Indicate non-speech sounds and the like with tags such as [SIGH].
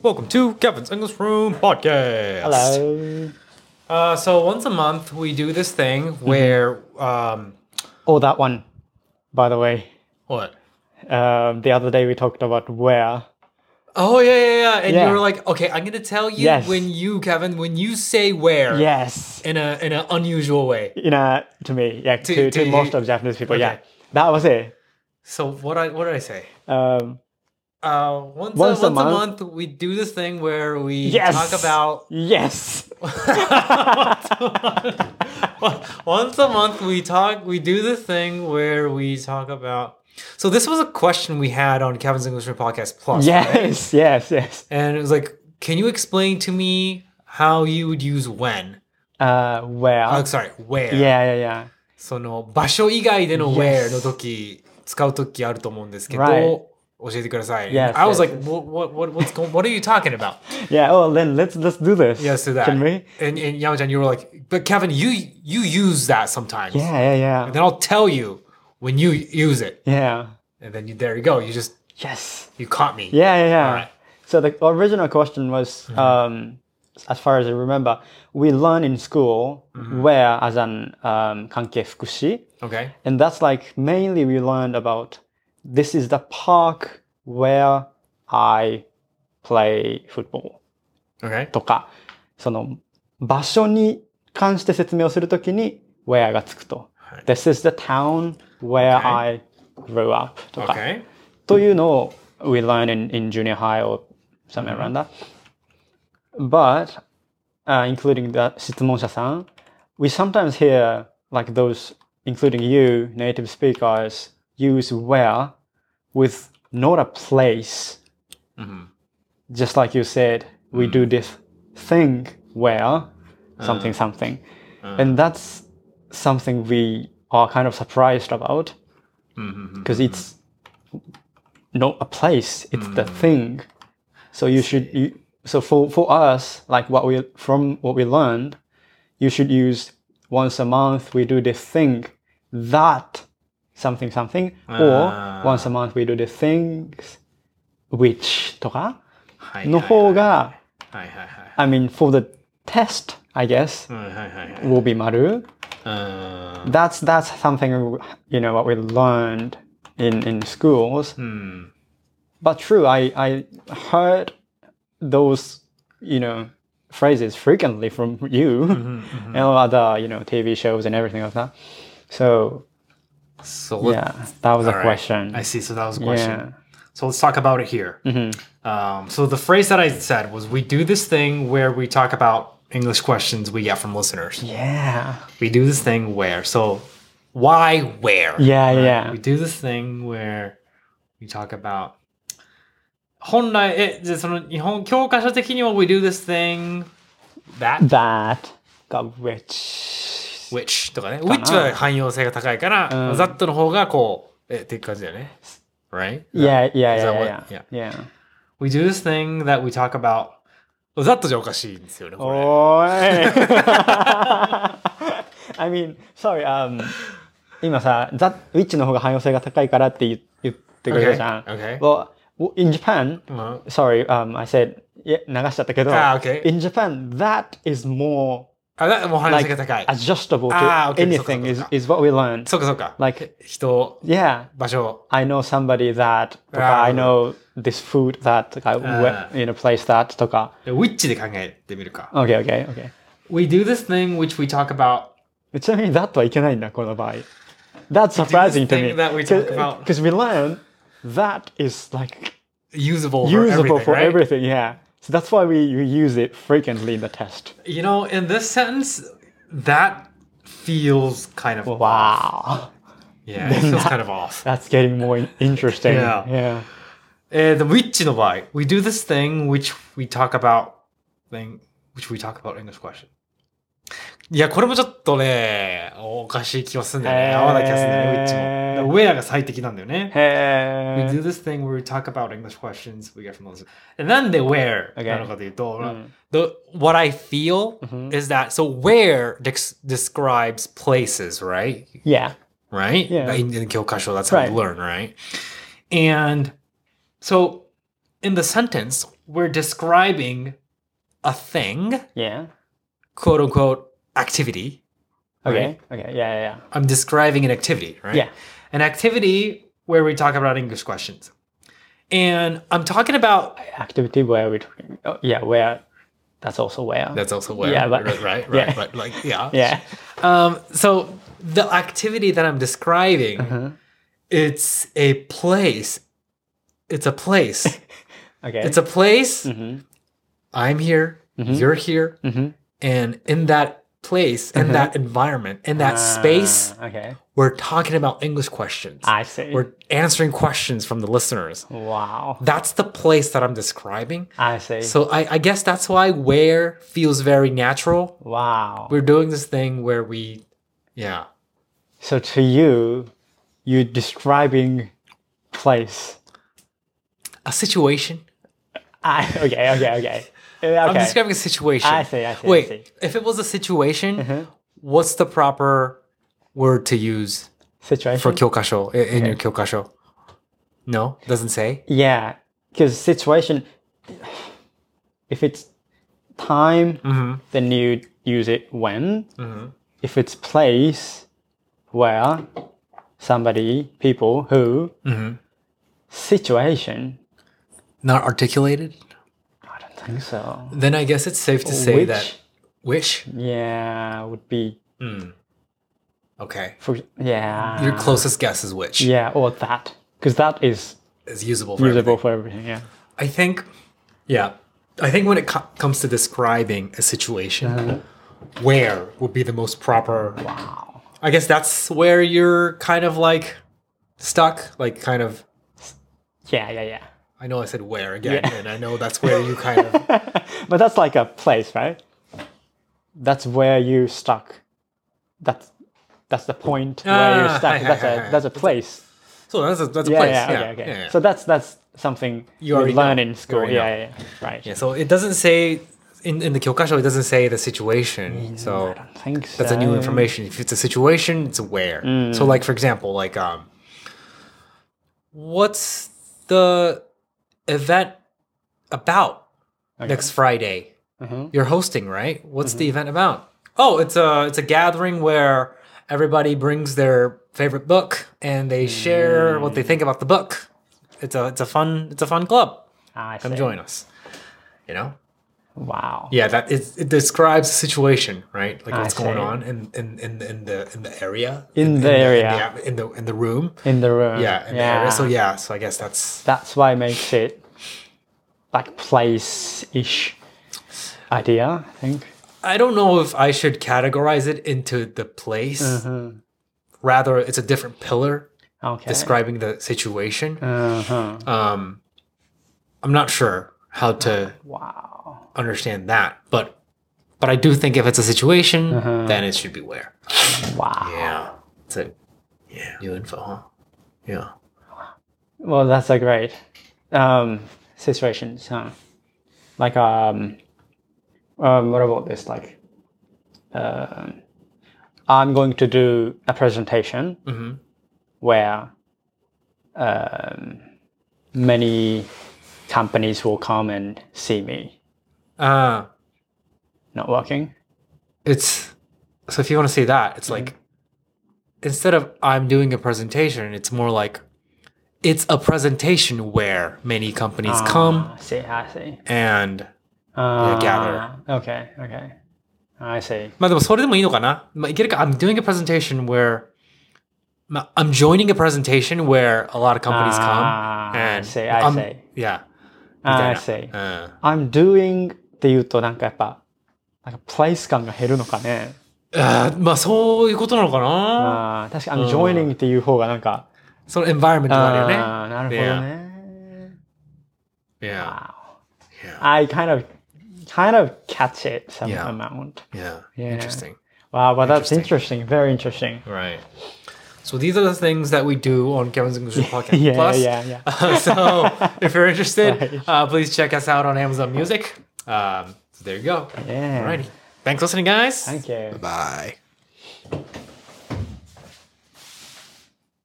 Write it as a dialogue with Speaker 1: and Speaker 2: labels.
Speaker 1: Welcome to Kevin's English Room Podcast.
Speaker 2: Hello.
Speaker 1: Uh, so once a month we do this thing
Speaker 2: Mm-hmm.
Speaker 1: where um,
Speaker 2: Oh, that one. By the way,
Speaker 1: what?
Speaker 2: um, the other day we talked about where.
Speaker 1: Oh yeah, yeah, yeah. And
Speaker 2: Yeah.
Speaker 1: you were like, okay, I'm gonna tell you
Speaker 2: Yes.
Speaker 1: when you, Kevin, when you say where
Speaker 2: Yes.
Speaker 1: in a in an unusual way.
Speaker 2: You know, to me, yeah, to,
Speaker 1: To-
Speaker 2: to,
Speaker 1: to you.
Speaker 2: most of Japanese people, yeah.
Speaker 1: Okay.
Speaker 2: That was it.
Speaker 1: So what I what did I say?
Speaker 2: Um,
Speaker 1: Uh, once
Speaker 2: Once
Speaker 1: a, once
Speaker 2: a
Speaker 1: a month
Speaker 2: month.
Speaker 1: we do this thing where we
Speaker 2: yes.
Speaker 1: talk about [LAUGHS]
Speaker 2: Yes. [LAUGHS]
Speaker 1: Once a month, we talk. We do the thing where we talk about. So this was a question we had on Kevin's English Room Podcast Plus. right?
Speaker 2: Yes, yes, yes.
Speaker 1: and it was like, can you explain to me how you would use when?
Speaker 2: Uh, where?
Speaker 1: Oh, sorry, where.
Speaker 2: yeah, yeah,
Speaker 1: その場所以外での where
Speaker 2: Yes.
Speaker 1: の時、使う時あると思うんですけど、
Speaker 2: Right.
Speaker 1: 教えてください。
Speaker 2: Yes,
Speaker 1: I was
Speaker 2: yes,
Speaker 1: like,
Speaker 2: yes.
Speaker 1: what, what, what, what's going? What are you talking about?
Speaker 2: yeah. Yeah. Oh, then let's let's do this.
Speaker 1: Yes, to that.
Speaker 2: Can we?
Speaker 1: And and Yamachan, you were like, but Kevin, you you use that sometimes.
Speaker 2: Yeah, yeah, yeah.
Speaker 1: And then I'll tell you when you use it.
Speaker 2: Yeah.
Speaker 1: And then you, there you go. You just
Speaker 2: Yes.
Speaker 1: you caught me.
Speaker 2: Yeah, yeah, yeah.
Speaker 1: Alright. Mm-hmm.
Speaker 2: So the original question was, um, as far as I remember, we learn in school
Speaker 1: Mm-hmm.
Speaker 2: where as an um, kanke fukushi,
Speaker 1: Okay.
Speaker 2: and that's like mainly we learned about this is the park where I play football
Speaker 1: Okay.
Speaker 2: とか、その場所に関して説明をするときに where がつくと。
Speaker 1: はい
Speaker 2: This is the town where
Speaker 1: Okay.
Speaker 2: I grew up とか。
Speaker 1: Okay.
Speaker 2: というのを we learn in, in junior high or somewhere around that. But, uh, including the 質問者さん we sometimes hear like those, including you, native speakers, use where with not a place. Just like you said, we do this thing where something something. And that's something we are kind of surprised about because it's not a place it's the thing so you should you, so for for us like what we from what we learned you should use once a month we do this thing that something something
Speaker 1: Ah.
Speaker 2: or once a month we do the things which とか
Speaker 1: はい
Speaker 2: の方が
Speaker 1: はいはいはい。
Speaker 2: I mean for the test I guess
Speaker 1: はいはいはいはい。
Speaker 2: will be maru
Speaker 1: うーん
Speaker 2: that's that's something you know what we learned in in schools
Speaker 1: うん。
Speaker 2: But true, I, I heard those, you know, phrases frequently from you
Speaker 1: Mm-hmm,
Speaker 2: [LAUGHS] and other, you know, TV shows and everything like that. So
Speaker 1: So
Speaker 2: yeah, that was a
Speaker 1: Alright.
Speaker 2: question.
Speaker 1: I see. So that was a question.
Speaker 2: Yeah. Mm-hmm.
Speaker 1: So let's talk about it here. Um, so the phrase that I said was, "We do this thing where we talk about English questions we get from listeners.
Speaker 2: Yeah.
Speaker 1: We do this thing where. So why where?
Speaker 2: Yeah, yeah.
Speaker 1: We do this thing where we talk about 本来えじゃあその日本教科書的には we do this thing that
Speaker 2: That got rich.
Speaker 1: which とかね which は汎用性が高いから、
Speaker 2: うん
Speaker 1: that の方がこうえっていう感じだよね right
Speaker 2: Yeah, yeah,
Speaker 1: Is that
Speaker 2: yeah,
Speaker 1: what-
Speaker 2: yeah, yeah.
Speaker 1: yeah. we do this thing that we talk about that じゃおかしいんですよねこれ
Speaker 2: Oh, [LAUGHS] I mean, sorry, um, 今さ、ザ・ウィッチの方が汎用性が高いからって言言ってくれたじゃん。
Speaker 1: Okay, okay.
Speaker 2: Well, in Japan,
Speaker 1: うん
Speaker 2: sorry, um, I said, いや流しちゃったけど、
Speaker 1: Ah, okay.
Speaker 2: in Japan, that is more
Speaker 1: あだもう汎用性
Speaker 2: like
Speaker 1: が高い、
Speaker 2: adjustable to
Speaker 1: Ah, okay, そっかそっか
Speaker 2: anything is, is what we learned.
Speaker 1: そうかそうか
Speaker 2: Like,
Speaker 1: 人
Speaker 2: yeah,
Speaker 1: 場所
Speaker 2: I know somebody that, と
Speaker 1: Ah.
Speaker 2: か、I know this food that, とか、
Speaker 1: Ah.
Speaker 2: where- you know, place that, とか。
Speaker 1: which で考えてみるか
Speaker 2: Okay, okay, okay.
Speaker 1: we do this thing which we talk about
Speaker 2: ちなみに that はいけないんだ、この場合。That's surprising to me.
Speaker 1: thing that we talk about.
Speaker 2: Because we learn that is like
Speaker 1: usable for everything,
Speaker 2: usable for
Speaker 1: right?
Speaker 2: everything, yeah. So that's why we, we use it frequently in the test.
Speaker 1: You know, in this sentence, that feels kind of off.
Speaker 2: Wow.
Speaker 1: Yeah, it feels kind of off.
Speaker 2: That's getting more in- interesting.
Speaker 1: Yeah.
Speaker 2: yeah.
Speaker 1: Uh, the which no why we do this thing which we talk about thing which we talk about English question. いや、これもちょっとね、おかしい気がするんだよね。
Speaker 2: へー
Speaker 1: 合わない気がするんだよね、ウィッチも。だからウェアが最適なんだよね。We
Speaker 2: Hey.
Speaker 1: do this thing where we talk about English questions we get from those. なんで where
Speaker 2: Okay. Hmm.
Speaker 1: なのかというと、the, what I feel
Speaker 2: Mm-hmm.
Speaker 1: is that, so where dex- describes places, right?
Speaker 2: Yeah.
Speaker 1: Right?
Speaker 2: Yeah.
Speaker 1: In, in Kyokasho, that's how
Speaker 2: Right.
Speaker 1: you learn, right? And so in the sentence, we're describing a thing,
Speaker 2: Yeah.
Speaker 1: quote unquote, activity.
Speaker 2: Okay. Okay. Yeah. Yeah. yeah.
Speaker 1: I'm describing an activity, right?
Speaker 2: Yeah.
Speaker 1: An activity where we talk about English questions. And I'm talking about
Speaker 2: Activity where we're talking. Oh, yeah. Where. That's also where.
Speaker 1: that's also where
Speaker 2: Yeah, but-
Speaker 1: right, right,
Speaker 2: [LAUGHS] yeah.
Speaker 1: right, but like yeah.
Speaker 2: yeah.
Speaker 1: Um so the activity that I'm describing
Speaker 2: Uh-huh.
Speaker 1: it's a place. It's a place.
Speaker 2: [LAUGHS] Okay.
Speaker 1: it's a place.
Speaker 2: Mhm.
Speaker 1: I'm here,
Speaker 2: Mhm.
Speaker 1: you're here,
Speaker 2: Mhm.
Speaker 1: and in that place, in
Speaker 2: Mhm.
Speaker 1: that environment, in that space,
Speaker 2: Ah, okay.
Speaker 1: we're talking about English questions.
Speaker 2: I see.
Speaker 1: we're answering questions from the listeners.
Speaker 2: wow.
Speaker 1: That's the place that I'm describing.
Speaker 2: I see.
Speaker 1: So I, I guess that's why where feels very natural.
Speaker 2: wow.
Speaker 1: We're doing this thing where we, yeah,
Speaker 2: So to you, you're describing place.
Speaker 1: a situation.
Speaker 2: I Ah, [LAUGHS] okay. Okay. Okay. Yeah,
Speaker 1: I'm
Speaker 2: Okay.
Speaker 1: describing a situation.
Speaker 2: I see. I see. I see. Mm-hmm.
Speaker 1: Wait, if it was a situation, what's the proper word to use
Speaker 2: Situation.
Speaker 1: for kyokasho i- in your kyokasho? No, doesn't say.
Speaker 2: Yeah, because situation, if it's time,
Speaker 1: Mm-hmm.
Speaker 2: then you use it when. If it's place, where, somebody, people, who,
Speaker 1: Mm-hmm.
Speaker 2: situation,
Speaker 1: Not articulated.
Speaker 2: I don't think so.
Speaker 1: Then I guess it's safe to say
Speaker 2: Which,
Speaker 1: that which.
Speaker 2: yeah, would be
Speaker 1: Okay,
Speaker 2: for yeah,
Speaker 1: your closest guess is which
Speaker 2: yeah, or that, because that is
Speaker 1: is usable for
Speaker 2: usable
Speaker 1: everything.
Speaker 2: for everything. Yeah,
Speaker 1: I think, yeah, I think when it co- comes to describing a situation,
Speaker 2: Uh-huh.
Speaker 1: where would be the most proper.
Speaker 2: wow,
Speaker 1: I guess that's where you're kind of like stuck, like kind of
Speaker 2: yeah, yeah, yeah.
Speaker 1: I know I said where again,
Speaker 2: Yeah.
Speaker 1: and I know that's where you kind
Speaker 2: [LAUGHS]
Speaker 1: of.
Speaker 2: But that's like a place, right? That's where you stuck. That's that's the point where
Speaker 1: Ah,
Speaker 2: you're stuck.
Speaker 1: hi, hi,
Speaker 2: that's
Speaker 1: hi,
Speaker 2: a
Speaker 1: hi.
Speaker 2: that's a place.
Speaker 1: So that's a, that's a
Speaker 2: Yeah,
Speaker 1: place.
Speaker 2: yeah,
Speaker 1: Yeah,
Speaker 2: okay, okay.
Speaker 1: yeah, yeah.
Speaker 2: So that's that's something you,
Speaker 1: already
Speaker 2: learn
Speaker 1: know.
Speaker 2: in
Speaker 1: You
Speaker 2: school.
Speaker 1: already
Speaker 2: Yeah, yeah, yeah, right.
Speaker 1: Yeah, so it doesn't say in, in the kyokasho. It doesn't say the situation. So
Speaker 2: I think so.
Speaker 1: that's a new information. If it's a situation, it's a where. So like for example, like um, what's the event about next Friday? You're hosting, right? What's the event about? Oh, it's a it's a gathering where everybody brings their favorite book and they share what they think about the book. It's a it's a fun it's a fun club.
Speaker 2: I see.
Speaker 1: Come join us. You know?
Speaker 2: Wow.
Speaker 1: Yeah, that it, it describes the situation, right? Like
Speaker 2: I
Speaker 1: what's going
Speaker 2: see.
Speaker 1: on in, in, in, in the in the area.
Speaker 2: In the
Speaker 1: In
Speaker 2: area.
Speaker 1: the, in the in the room.
Speaker 2: In the room.
Speaker 1: Yeah, in the area. So yeah, so I guess that's
Speaker 2: That's why it makes it like place-ish idea. I think.
Speaker 1: I don't know if I should categorize it into the place.
Speaker 2: Mm-hmm.
Speaker 1: Rather it's a different pillar
Speaker 2: Okay.
Speaker 1: describing the situation.
Speaker 2: uh-huh.
Speaker 1: Um, I'm not sure how to
Speaker 2: Wow.
Speaker 1: understand that, but but I do think if it's a situation,
Speaker 2: Mm-hmm.
Speaker 1: then it should be where.
Speaker 2: Wow.
Speaker 1: Yeah, it's a yeah new info, huh? Yeah,
Speaker 2: Well, that's a great um, situation. So, like, um, um, what about this? Like, um I'm going to do a presentation
Speaker 1: Mhm.
Speaker 2: where um, many companies will come and see me.
Speaker 1: uh,
Speaker 2: Not working.
Speaker 1: it's so if you want to say that, it's
Speaker 2: Mm-hmm.
Speaker 1: like instead of I'm doing a presentation, it's more like it's a presentation where many companies
Speaker 2: Ah.
Speaker 1: come
Speaker 2: I see. I see.
Speaker 1: and
Speaker 2: Uh,
Speaker 1: gather.
Speaker 2: Okay. Okay. I see.
Speaker 1: まあでもそれでもいいのかなまあいけるか ?I'm doing a presentation where まあ I'm joining a presentation where a lot of companies come.
Speaker 2: あー Ah, I
Speaker 1: And
Speaker 2: see. I
Speaker 1: I'm-
Speaker 2: see.
Speaker 1: Yeah. Uh, みたいな
Speaker 2: I see.
Speaker 1: うん。
Speaker 2: I'm doing って言うとなんかやっぱ、なんかプライス感が減るのかね。
Speaker 1: あーまあそういうことなのかな
Speaker 2: ああ、確かに I'm joining っていう方がなんか、
Speaker 1: そのエンバイロメントがあるよね。
Speaker 2: あーなるほどね。
Speaker 1: Yeah.
Speaker 2: Wow.
Speaker 1: Yeah.
Speaker 2: I kind of, kind of catch it some
Speaker 1: Yeah.
Speaker 2: amount.
Speaker 1: Yeah.
Speaker 2: Yeah.
Speaker 1: Interesting.
Speaker 2: Wow, but that's interesting. Very interesting. [LAUGHS]
Speaker 1: Right. So these are the things that we do on Kevin's English
Speaker 2: [LAUGHS]
Speaker 1: Podcast
Speaker 2: Yeah,
Speaker 1: Plus. [LAUGHS] Uh,
Speaker 2: yeah, yeah.
Speaker 1: so if you're interested,
Speaker 2: [LAUGHS] Right.
Speaker 1: uh, please check us out on Amazon Music. Um, so there you go.
Speaker 2: Yeah.
Speaker 1: Alrighty. Thanks for listening, guys.
Speaker 2: Thank you.
Speaker 1: Bye.